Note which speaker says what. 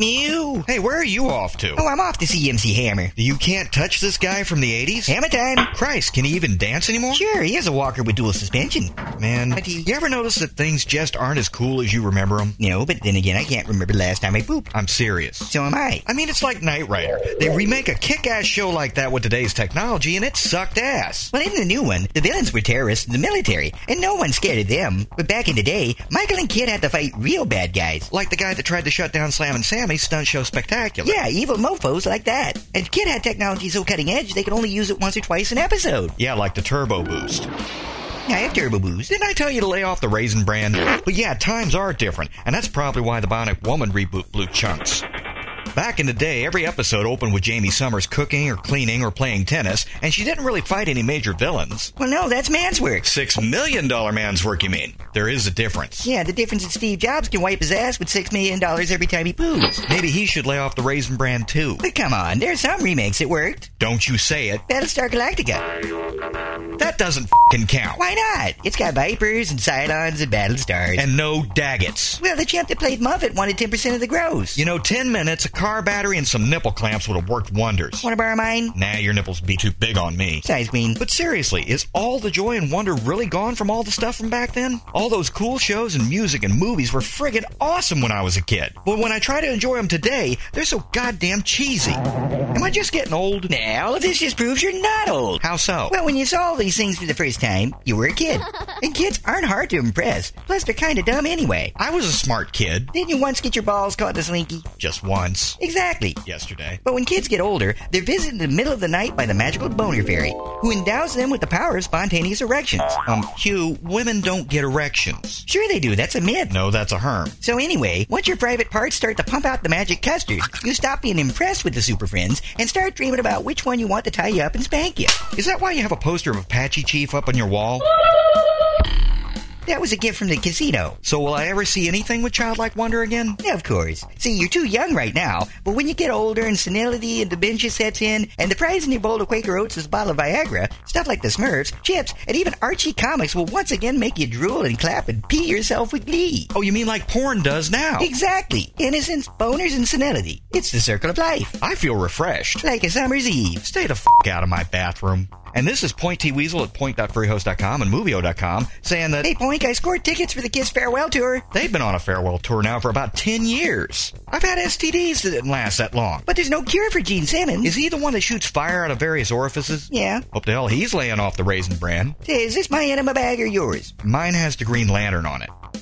Speaker 1: Mew.
Speaker 2: Hey, where are you off to?
Speaker 1: Oh, I'm off to see MC Hammer.
Speaker 2: You can't touch this guy from the 80s?
Speaker 1: Hammer time.
Speaker 2: Christ, can he even dance anymore?
Speaker 1: Sure, he is a walker with dual suspension.
Speaker 2: Man,
Speaker 1: But he-
Speaker 2: you ever notice that things just aren't as cool as you remember them?
Speaker 1: No, but then again, I can't remember the last time I pooped.
Speaker 2: I'm serious.
Speaker 1: So am I.
Speaker 2: I mean, it's like Knight Rider. They remake a kick-ass show like that with today's technology, and it sucked ass.
Speaker 1: Well, in the new one, the villains were terrorists and the military, and no one's scared of them. But back in the day, Michael and Kid had to fight real bad guys.
Speaker 2: Like the guy that tried to shut down Slam and Sammy's stunt show Spectacular.
Speaker 1: Yeah, evil mofos like that. And Kid had technology so cutting edge they could only use it once or twice an episode.
Speaker 2: Yeah, like the Turbo Boost.
Speaker 1: I have turbo boost.
Speaker 2: Didn't I tell you to lay off the raisin brand? But yeah, times are different, and that's probably why the Bionic Woman reboot blew chunks. Back in the day, every episode opened with Jamie Summers cooking or cleaning or playing tennis, and she didn't really fight any major villains.
Speaker 1: Well, no, that's man's work.
Speaker 2: Six million dollar man's work, you mean? There is a difference.
Speaker 1: Yeah, the difference is Steve Jobs can wipe his ass with six million dollars every time he poos.
Speaker 2: Maybe he should lay off the raisin brand too.
Speaker 1: But come on, there's some remakes that worked.
Speaker 2: Don't you say it.
Speaker 1: Battlestar Galactica.
Speaker 2: That doesn't fing count.
Speaker 1: Why not? It's got Vipers and Cylons and Battlestars.
Speaker 2: And no Daggett's.
Speaker 1: well, the champ that played Muffet wanted 10% of the gross.
Speaker 2: You know, 10 minutes, a car battery, and some nipple clamps would have worked wonders.
Speaker 1: Want to borrow mine?
Speaker 2: Nah, your nipples be too big on me.
Speaker 1: Size queen.
Speaker 2: But seriously, is all the joy and wonder really gone from all the stuff from back then? All those cool shows and music and movies were friggin' awesome when I was a kid. But when I try to enjoy them today, they're so goddamn cheesy. Am I just getting old?
Speaker 1: Now, all of this just proves you're not old.
Speaker 2: How so?
Speaker 1: Well, when you saw all these things for the first time, you were a kid. and kids aren't hard to impress. Plus, they're kind of dumb anyway.
Speaker 2: I was a smart kid.
Speaker 1: Didn't you once get your balls caught in a slinky?
Speaker 2: Just once.
Speaker 1: Exactly.
Speaker 2: Yesterday.
Speaker 1: But when kids get older, they're visited in the middle of the night by the magical boner fairy, who endows them with the power of spontaneous erections.
Speaker 2: Um, Hugh, women don't get erections.
Speaker 1: Sure they do, that's a myth.
Speaker 2: No, that's a herm.
Speaker 1: So anyway, once your private parts start to pump out the magic custard, you stop being impressed with the super friends and start dreaming about which one you want to tie you up and spank you.
Speaker 2: Is that why you have a poster of Apache Chief up on your wall?
Speaker 1: That was a gift from the casino.
Speaker 2: So will I ever see anything with childlike wonder again?
Speaker 1: Yeah, of course. See, you're too young right now, but when you get older and senility and dementia sets in, and the prize in your bowl of Quaker Oats is a bottle of Viagra, stuff like the Smurfs, Chips, and even Archie Comics will once again make you drool and clap and pee yourself with glee.
Speaker 2: Oh, you mean like porn does now?
Speaker 1: Exactly. Innocence, boners, and senility. It's the circle of life.
Speaker 2: I feel refreshed.
Speaker 1: Like a summer's eve.
Speaker 2: Stay the f out of my bathroom. And this is Point T Weasel at point.freehost.com and movio.com saying that
Speaker 1: Hey, Poink, I scored tickets for the Kiss Farewell Tour.
Speaker 2: they've been on a farewell tour now for about 10 years. I've had STDs that didn't last that long. But
Speaker 1: But there's no cure for Gene Simmons.
Speaker 2: is he the one that shoots fire out of various orifices?
Speaker 1: Yeah.
Speaker 2: Hope to hell he's laying off the raisin bran.
Speaker 1: Is this my enema bag or yours?
Speaker 2: Mine has the Green Lantern on it.